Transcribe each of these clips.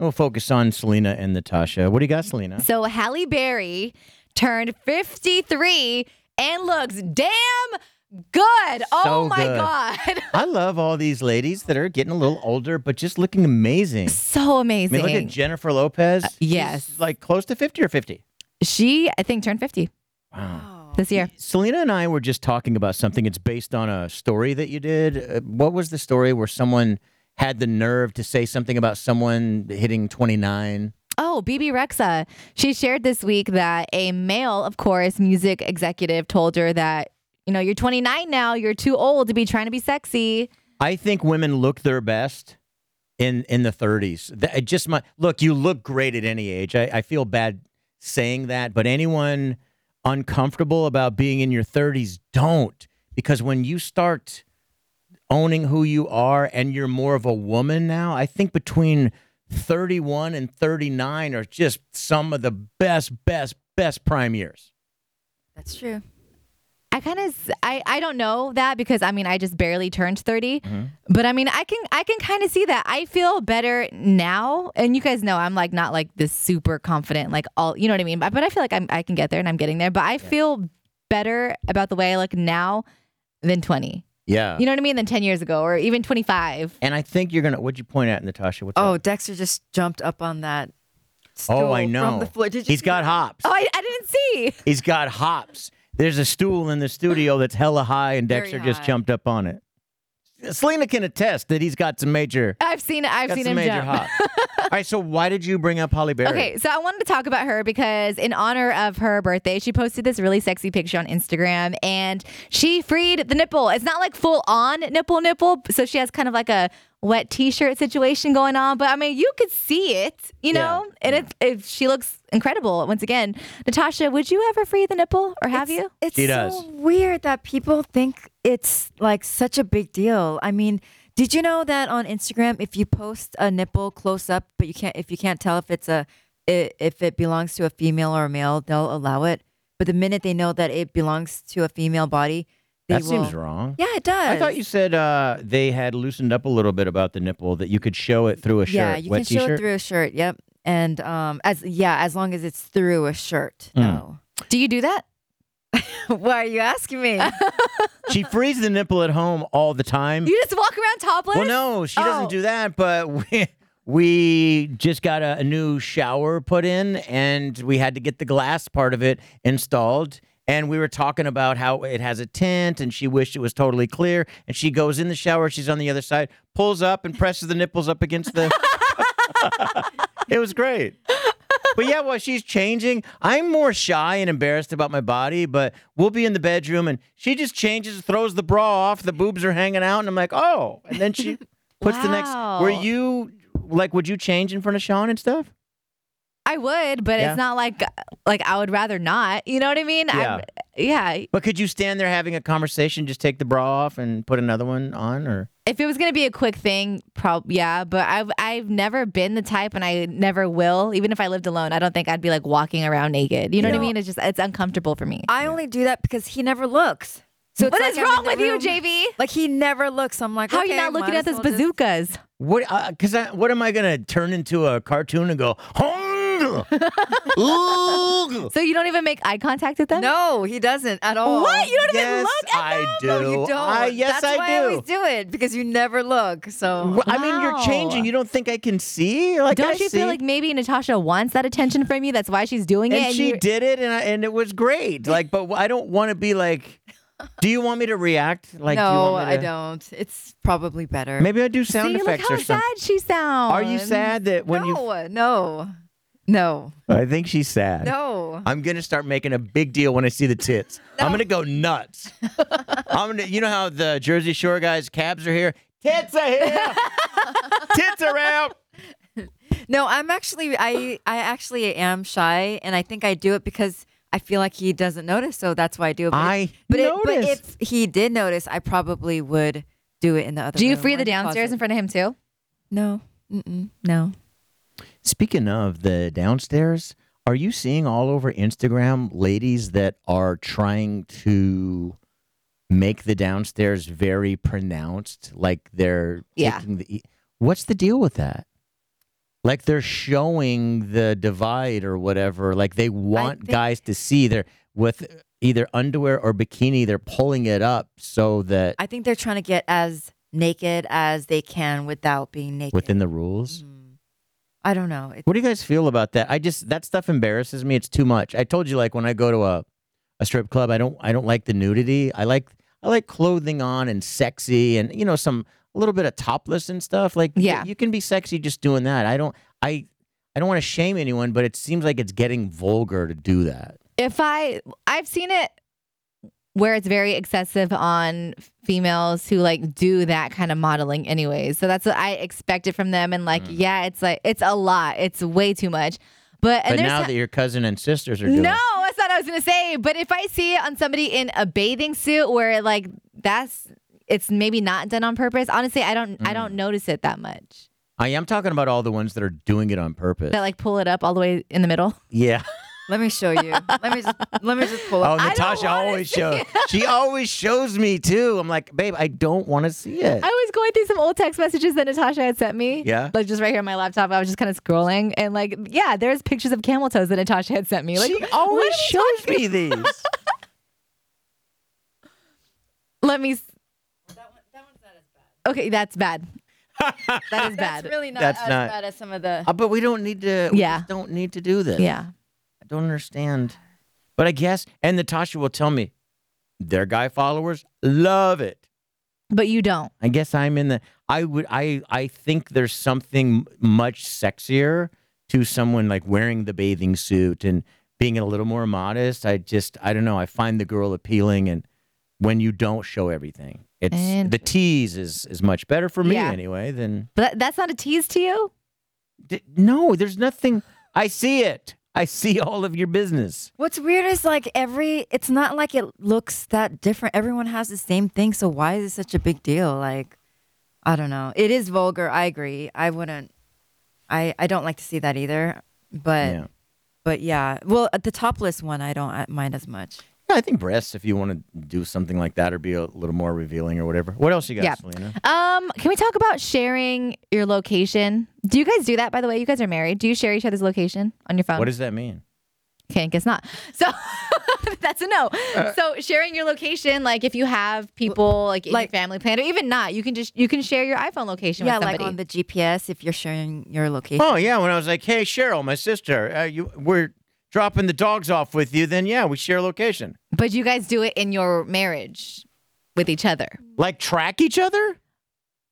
and We'll focus on Selena and Natasha. What do you got, Selena? So Halle Berry turned 53 and looks damn good. So oh my good. god. I love all these ladies that are getting a little older, but just looking amazing. so I mean, amazing. look at Jennifer Lopez. She's yes. like close to 50 or 50. she I think turned 50 Wow. this year. Selena and I were just talking about something. It's based on a story that you did. Uh, what was the story where someone had the nerve to say something about someone hitting 29? Oh, BB Rexa. She shared this week that a male, of course, music executive told her that, you know, you're 29 now, you're too old to be trying to be sexy. I think women look their best in in the 30s. Th- it just my look, you look great at any age. I, I feel bad saying that, but anyone uncomfortable about being in your 30s, don't because when you start owning who you are and you're more of a woman now, I think between 31 and 39 are just some of the best best best prime years. That's true. I kind of I, I don't know that because I mean I just barely turned 30. But I mean I can I can kind of see that. I feel better now and you guys know I'm like not like this super confident like all you know what I mean? But, but I feel like I'm I can get there and I'm getting there, but I feel better about the way I look now than 20. Yeah. You know what I mean? Than 10 years ago or even 25. and I think you're going to what'd you point at, Natasha? What's Oh, that? Dexter just jumped up on that. Oh, stool I know. From the floor. Did you He's see got that? hops. Oh, I, I didn't see. He's got hops. There's a stool in the studio that's hella high, and Very Dexter just high. jumped up on it. Selena can attest that he's got some major, I've seen it. I've got seen some him major jump. hops. All right, so why did you bring up Holly Berry? Okay, so I wanted to talk about her because in honor of her birthday, she posted this really sexy picture on Instagram and she freed the nipple. It's not like full on nipple nipple, so she has kind of like a wet t-shirt situation going on, but I mean, you could see it, you Yeah, know? And it's it, she looks incredible once again. Natasha, would you ever free the nipple or have you? It's She so does. weird that people think it's like such a big deal. I mean, did you know that on Instagram, if you post a nipple close up, but you can't if you can't tell if it's a i- if it belongs to a female or a male, they'll allow it. But the minute they know that it belongs to a female body, they that will. seems wrong. Yeah, it does. I thought you said uh, they had loosened up a little bit about the nipple that you could show it through a shirt. Yeah, you wet can t-shirt. show it through a shirt. Yep, and um, as yeah, as long as it's through a shirt. Hmm. No. Do you do that? Why are you asking me? She frees the nipple at home all the time. You just walk around topless? Well, no, she doesn't Oh. do that. But we, we just got a, a new shower put in, and we had to get the glass part of it installed. And we were talking about how it has a tint, and she wished it was totally clear. And she goes in the shower. She's on the other side, pulls up, and presses the nipples up against the. it was great. But yeah, while she's changing, I'm more shy and embarrassed about my body, but we'll be in the bedroom and she just changes, throws the bra off, the boobs are hanging out, and I'm like, oh. And then she puts the next. Were Wow. you like, would you change in front of Sean and stuff? I would, but Yeah. it's not like like I would rather not. You know what I mean? I, yeah. But could you stand there having a conversation, just take the bra off and put another one on? Or If it was gonna be a quick thing, prob yeah. But I've I've never been the type, and I never will. Even if I lived alone, I don't think I'd be like walking around naked. You know what I No. mean? It's just it's uncomfortable for Uh, me. I only do that because he never looks. So it's what like is I'm in wrong the with room- you, JV? Like he never looks. I'm like, How okay, are you not looking might at as those well just- bazookas? what? Because I what am I going to turn into a cartoon and go, "Hong!" Oog! So you don't even make eye contact with them? No, he doesn't at all. What? You don't even Yes, look at I do. No, you don't. I, yes, That's I why do. I always do it because you never look. So Well, I mean, you're Wow. changing. You don't think I can see? Like, Don't I you see. feel like maybe Natasha wants that attention from you? That's why she's doing And it. she you're- did it, and I, and it was great. Like, but I don't want to be like. Do you want me to react? Like, do you no, want me I to- don't. It's probably better. Maybe I do sound See, look effects how or something. sad she sounds. Are you sad that when you? no, no, no, I think she's sad. no. I'm gonna start making a big deal when I see the tits. I'm gonna go nuts. I'm gonna, you know how the Jersey Shore guys' cabs are here. Tits are here. Tits are out. No, I'm actually I I actually am shy, and I think I do it because I feel like he doesn't notice, so that's why I do it. But I it- but, it- but notice. if he did notice, I probably would do it in the other. Do you room free or the in downstairs in closet. front of him too? No, Mm-mm. no. Speaking of the downstairs, are you seeing all over Instagram ladies that are trying to make the downstairs very pronounced? Like they're Yeah. taking the. e, What's the deal with that? Like they're showing the divide or whatever. Like they want think- guys to see they're with either underwear or bikini. They're pulling it up so that I think they're trying to get as naked as they can without being naked. within the rules. I don't know. It, What do you guys feel about that? I just that stuff embarrasses me. It's too much. I told you like when I go to a a strip club, I don't I don't like the nudity. I like I like clothing on and sexy and you know some a little bit of topless and stuff. Like y- Yeah. you can be sexy just doing that. I don't I I don't want to shame anyone, but it seems like it's getting vulgar to do that. If I I've seen it where it's very excessive on females who like do that kind of modeling anyways. So that's what I expected from them and Mm. like yeah, it's like it's a lot. It's way too much. But and but there's now ti- that your cousin and sisters are doing No, it, that's not what I was gonna say. But if I see it on somebody in a bathing suit where like that's it's maybe not done on purpose, honestly I don't I Mm. don't notice it that much. I am talking about all the ones that are doing it on purpose. That like pull it up all the way in the middle. yeah. let me show you. let me just let me just pull Oh, up. don't Natasha wanna always see shows. She always shows me too. I'm like, babe, I don't want to see it. I was going through some old text messages that Natasha had sent me. Yeah? Like just right here on my laptop. I was just kind of scrolling and like yeah, there's pictures of camel toes that Natasha had sent me. Like she always what are shows we me these. let me s- Okay, that's bad. that is bad. That's really not That's as not- bad as some of the. Uh, but we don't need to. we Yeah. just don't need to do this. yeah. I don't understand. But I guess, and Natasha will tell me, their guy followers love it. But you don't. I guess I'm in the. I would. I. I think there's something much sexier to someone like wearing the bathing suit and being a little more modest. I just. I don't know. I find the girl appealing, and when you don't show everything, it's the Interesting. tease is is much better for me Yeah. anyway. Than But that, that's not a tease to you? d- no. There's nothing. I see it. I see all of your business. What's weird is like every. It's not like it looks that different. Everyone has the same thing, so why is it such a big deal? Like, I don't know. It is vulgar. I agree. I wouldn't. I I don't like to see that either. But Yeah. but yeah. Well, at the topless one, I don't uh, mind as much. Yeah, I think breasts. If you want to do something like that or be a little more revealing or whatever. What else you got, Yeah. Selena? Um, can we talk about sharing your location? Do you guys do that by the way? You guys are married. Do you share each other's location on your phone? What does that mean? Okay, guess not. So that's a no. Uh, so sharing your location, like if you have people like in like- your family plan or even not, you can just you can share your iPhone location Yeah, with somebody. like on the GPS if you're sharing your location. Oh yeah, when I was like, "Hey Cheryl, my sister, uh, you we're dropping the dogs off with you," then yeah, we share location. but you guys do it in your marriage with each other. Like track each other?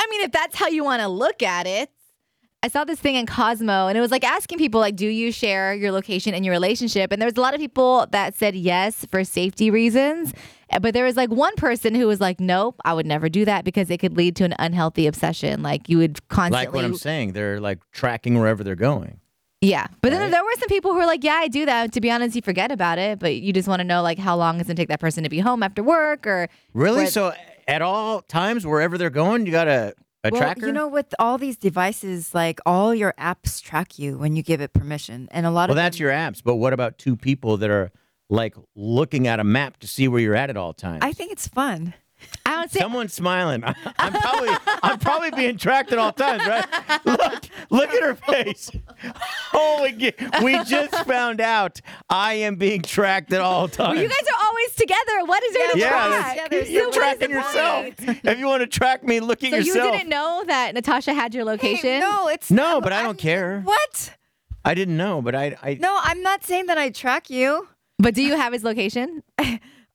I mean, if that's how you want to look at it. I saw this thing in Cosmo and it was like asking people like do you share your location in your relationship and there was a lot of people that said yes for safety reasons Uh, but there was like one person who was like nope I would never do that because it could lead to an unhealthy obsession like you would constantly Like what I'm saying, they're like tracking wherever they're going. Yeah. But then there were some people who were like, yeah, I do that. To be honest, you forget about it, but you just want to know like how long it's going to take that person to be home after work or Really? Where- So at all times, wherever they're going, you got a a well, tracker. you know, with all these devices, like all your apps track you when you give it permission, and a lot well, of that's your apps, but what about two people that are like looking at a map to see where you're at at all times? I think it's fun. I don't say Someone's smiling. I'm probably I'm probably being tracked at all times, right? Look, look at her face. Holy, ge- we just found out I am being tracked at all times. you guys are always together. What is there to Yeah, track? that's- So you're what is tracking the point? yourself. If you want to track me, look at So yourself. you didn't know that Natasha had your location? Hey, no, it's No, but I I'm- don't care. What? I didn't know, but I, I No, I'm not saying that I track you. But do you have his location?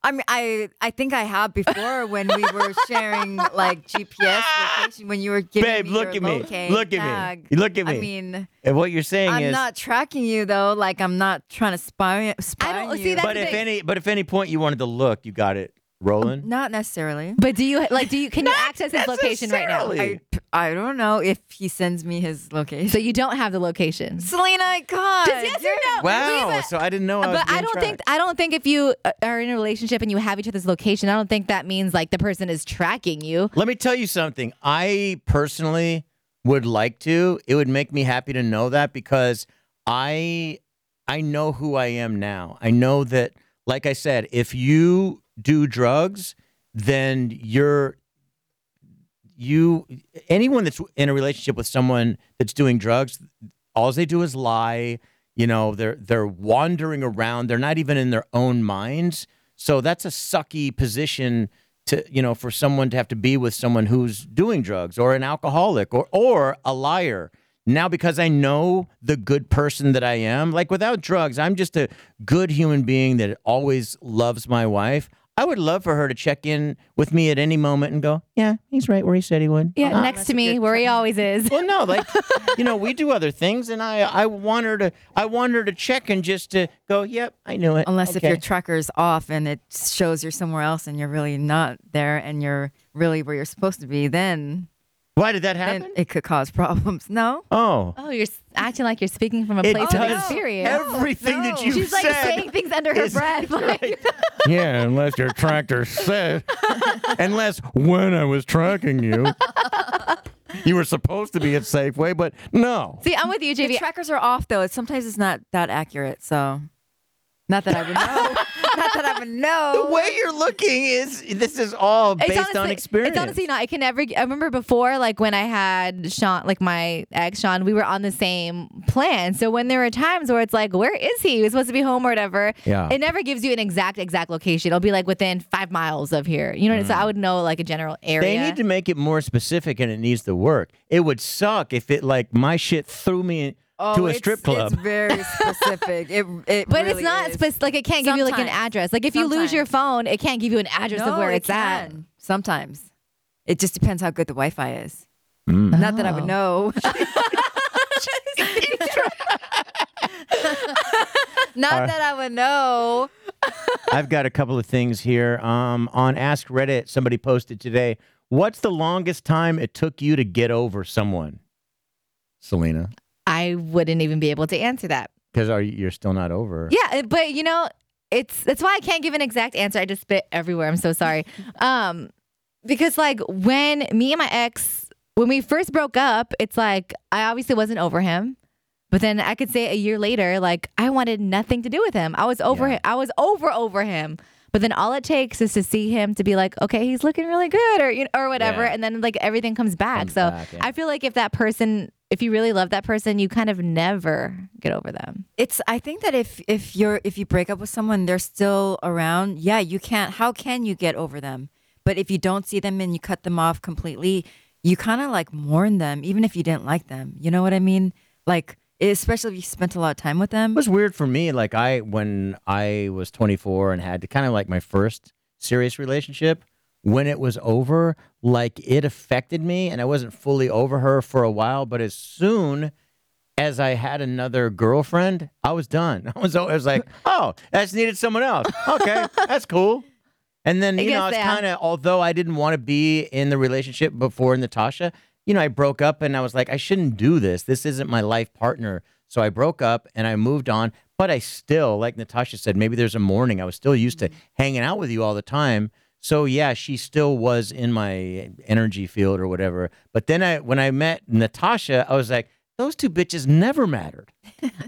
I mean, I I think I have before when we were sharing like GPS location when you were giving Babe, me look at your me. locate Look at me. tag. Look at me. I mean, and what you're saying I'm is, not tracking you though. Like I'm not trying to spy. spy don't- you. see, that's but the if thing. any, but if any point you wanted to look, you got it Roland? Not necessarily. But do you like? Do you can you access his location right now? I, I don't know if he sends me his location. So you don't have the location. Selena, God. Just yes or no? Wow. Leave it. so I didn't know. I was but I being don't tracked. think I don't think if you uh, are in a relationship and you have each other's location, I don't think that means like the person is tracking you. Let me tell you something. I personally would like to. It would make me happy to know that because I I know who I am now. I know that like I said, if you do drugs, then you're you anyone that's in a relationship with someone that's doing drugs, all they do is lie. You know, they're they're wandering around. They're not even in their own minds. So that's a sucky position to you know for someone to have to be with someone who's doing drugs or an alcoholic or or a liar. Now because I know the good person that I am, like without drugs, I'm just a good human being that always loves my wife. I would love for her to check in with me at any moment and go, "Yeah, he's right where he said he would." Yeah, Uh-huh. Uh, next to me, where he always is. Well, no, like you know, we do other things, and I I want her to I want her to check and just to go. Yep, I knew it. Unless if Okay. your tracker's off and it shows you're somewhere else and you're really not there and you're really where you're supposed to be, then why did that happen? then it could cause problems. No. oh, Oh, you're s- acting like you're speaking from a It place of does experience. everything that No. you She's like saying said. things under her is- breath. Like, yeah, unless your tractor said, unless when I was tracking you, you were supposed to be at Safeway, but no. See, I'm with you, The JV. trackers are off though. It's, sometimes it's not that accurate. So, not that I would know. not that I would The know. way you're looking is this is all based on experience. It's honestly not. I can never. I remember before, like when I had Sean, like my ex Sean, we were on the same plan. So when there were times where it's like, where is he? He was supposed to be home or whatever. Yeah. It never gives you an exact exact location. It'll be like within five miles of here. You know. what I- So I would know like a general area. Mm. They need to make it more specific, and it needs to work. It would suck if it like my shit threw me Oh, to a it's- strip club. It's very specific. it it. But really it's not is. spec- like it can't give you like an Sometimes. address. Like if you lose your phone, it can't give you an address no, of where it it's at. can. Sometimes, it just depends how good the Wi-Fi is. Mm. Not that I Oh. would know. Not that I would know. I've got a couple of things here. Um, on Ask Reddit, somebody posted today. What's the longest time it took you to get over someone, Selena? I wouldn't even be able to answer that. Because are you, you're still not over? Yeah, uh, but you know, it's that's why I can't give an exact answer. I just spit everywhere. I'm so sorry. um, because like when me and my ex, when we first broke up, it's like I obviously wasn't over him. But then I could say a year later, like I wanted nothing to do with him. I was over Yeah. him. I was over over him. But then all it takes is to see him to be like, okay, he's looking really good, or you know, or whatever, Yeah. and then like everything comes back. Comes so back, yeah. I feel like if that person, if you really love that person, you kind of never get over them. It's. I think that if if you're if you break up with someone, they're still around. Yeah, you can't. How can you get over them? But if you don't see them and you cut them off completely, you kind of like mourn them, even if you didn't like them. You know what I mean? Like, especially if you spent a lot of time with them. It was weird for me. Like I, when I was 24 and had kind of like my first serious relationship, when it was over, like it affected me, and I wasn't fully over her for a while. But as soon as I had another girlfriend, I was done. I was, I was like, oh, I just needed someone else. Okay, that's cool. And then I you know, I guess, was yeah. kind of although I didn't want to be in the relationship before Natasha. You know, I broke up and I was like, I shouldn't do this. This isn't my life partner. So I broke up and I moved on. But I still, like Natasha said, maybe there's a morning. I was still used to Mm-hmm. hanging out with you all the time. So yeah, she still was in my energy field or whatever. But then I, when I met Natasha, I was like, those two bitches never mattered.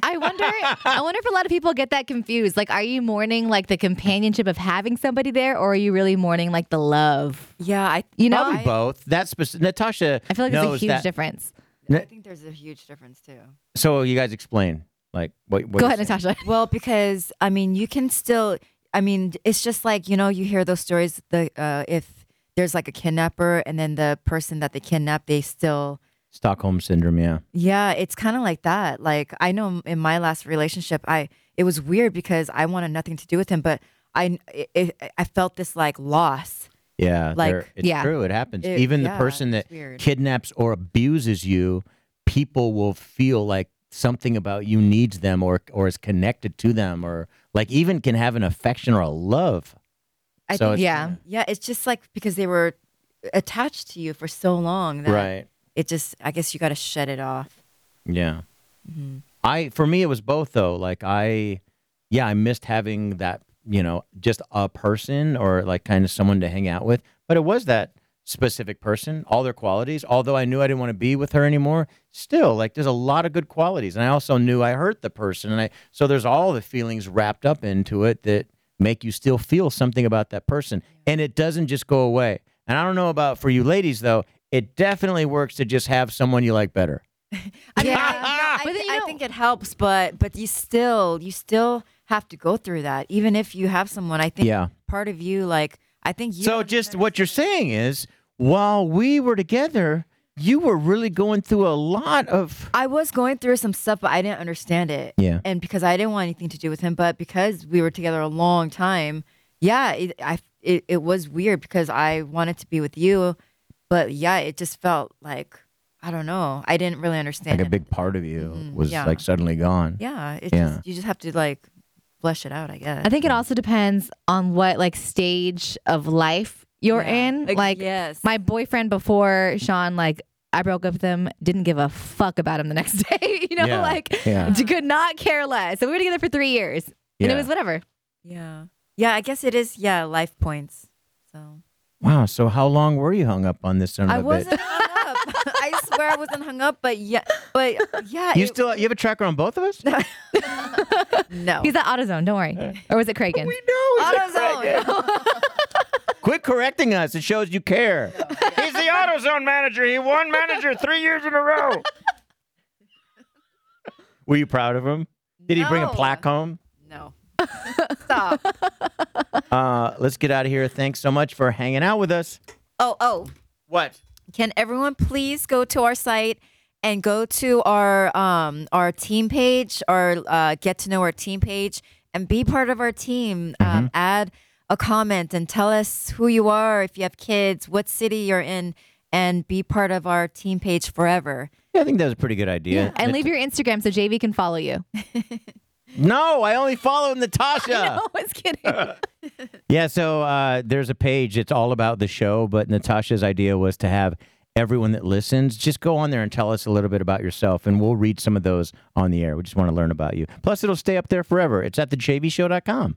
I wonder. I wonder if a lot of people get that confused. Like, are you mourning like the companionship of having somebody there, or are you really mourning like the love? yeah, I. You know, Probably I, both. That's spec- Natasha. I feel like there's a knows huge that- difference. I think there's a huge difference too. So you guys explain, like what? what Go you're ahead, saying. Natasha. Well, because I mean, you can still. I mean, it's just like you know, you hear those stories. The uh, if there's like a kidnapper, and then the person that they kidnapped, they still. Stockholm syndrome. Yeah. Yeah, it's kind of like that. Like I know in my last relationship, I it was weird because I wanted nothing to do with him, but I it, I felt this like loss. Yeah, Like, they're- it's yeah. true. It happens. It- Even the yeah, person that it's weird. kidnaps or abuses you, people will feel like something about you needs them or or is connected to them or like even can have an affection or a love. I So it's- think, yeah. yeah, it's just like because they were attached to you for so long that Right. it just, I guess you got to shut it off. Yeah. I for me it was both though. Like I yeah, I missed having that, you know, just a person or like kind of someone to hang out with. But it was that specific person, all their qualities. Although I knew I didn't want to be with her anymore, still like there's a lot of good qualities. And I also knew I hurt the person and I so there's all the feelings wrapped up into it that make you still feel something about that person. And it doesn't just go away. And I don't know about for you ladies though, it definitely works to just have someone you like better. I mean, Yeah. I, no, I, But then, you I know- think it helps, but but you still you still have to go through that, even if you have someone. I think Yeah. part of you, like I think you. So just what you're saying is, while we were together, you were really going through a lot of I was going through some stuff, but I didn't understand it. Yeah. and because I didn't want anything to do with him, but because we were together a long time, yeah, it, I it, it was weird because I wanted to be with you, but yeah, it just felt like I don't know. I didn't really understand. like a it. big part of you Mhm, was yeah. like suddenly gone. yeah, it Yeah. Just, you just have to like flesh it out, I guess. I think it also depends on what like stage of life you're Yeah. in. Like yes, my boyfriend before Sean, like I broke up with him, didn't give a fuck about him the next day. you know, Yeah. like Yeah. d- could not care less. So we were together for three years, and Yeah. it was whatever. yeah, yeah. I guess it is. Yeah, life points. So Wow. So how long were you hung up on this son of I a bitch? wasn't hung up. I swear I wasn't hung up, but yeah, but yeah. You it- still you have a tracker on both of us? no. He's at AutoZone. Don't worry. Or was it Kraken? AutoZone. Quit correcting us. It shows you care. He's the AutoZone manager. He won manager three years in a row. Were you proud of him? Did he bring a No. plaque home? no. Stop. Uh, let's get out of here. Thanks so much for hanging out with us. Oh, oh. What? Can everyone please go to our site and go to our um our team page, our uh, get to know our team page, and be part of our team. Um, add a comment and tell us who you are, if you have kids, what city you're in, and be part of our team page forever. Yeah, I think that was a pretty good idea. And leave your Instagram so JV can follow you. No, I only follow Natasha. No, I was kidding. yeah, so uh, there's a page. It's all about the show, but Natasha's idea was to have everyone that listens just go on there and tell us a little bit about yourself, and we'll read some of those on the air. We just want to learn about you. Plus, it'll stay up there forever. It's at thejvshow.com.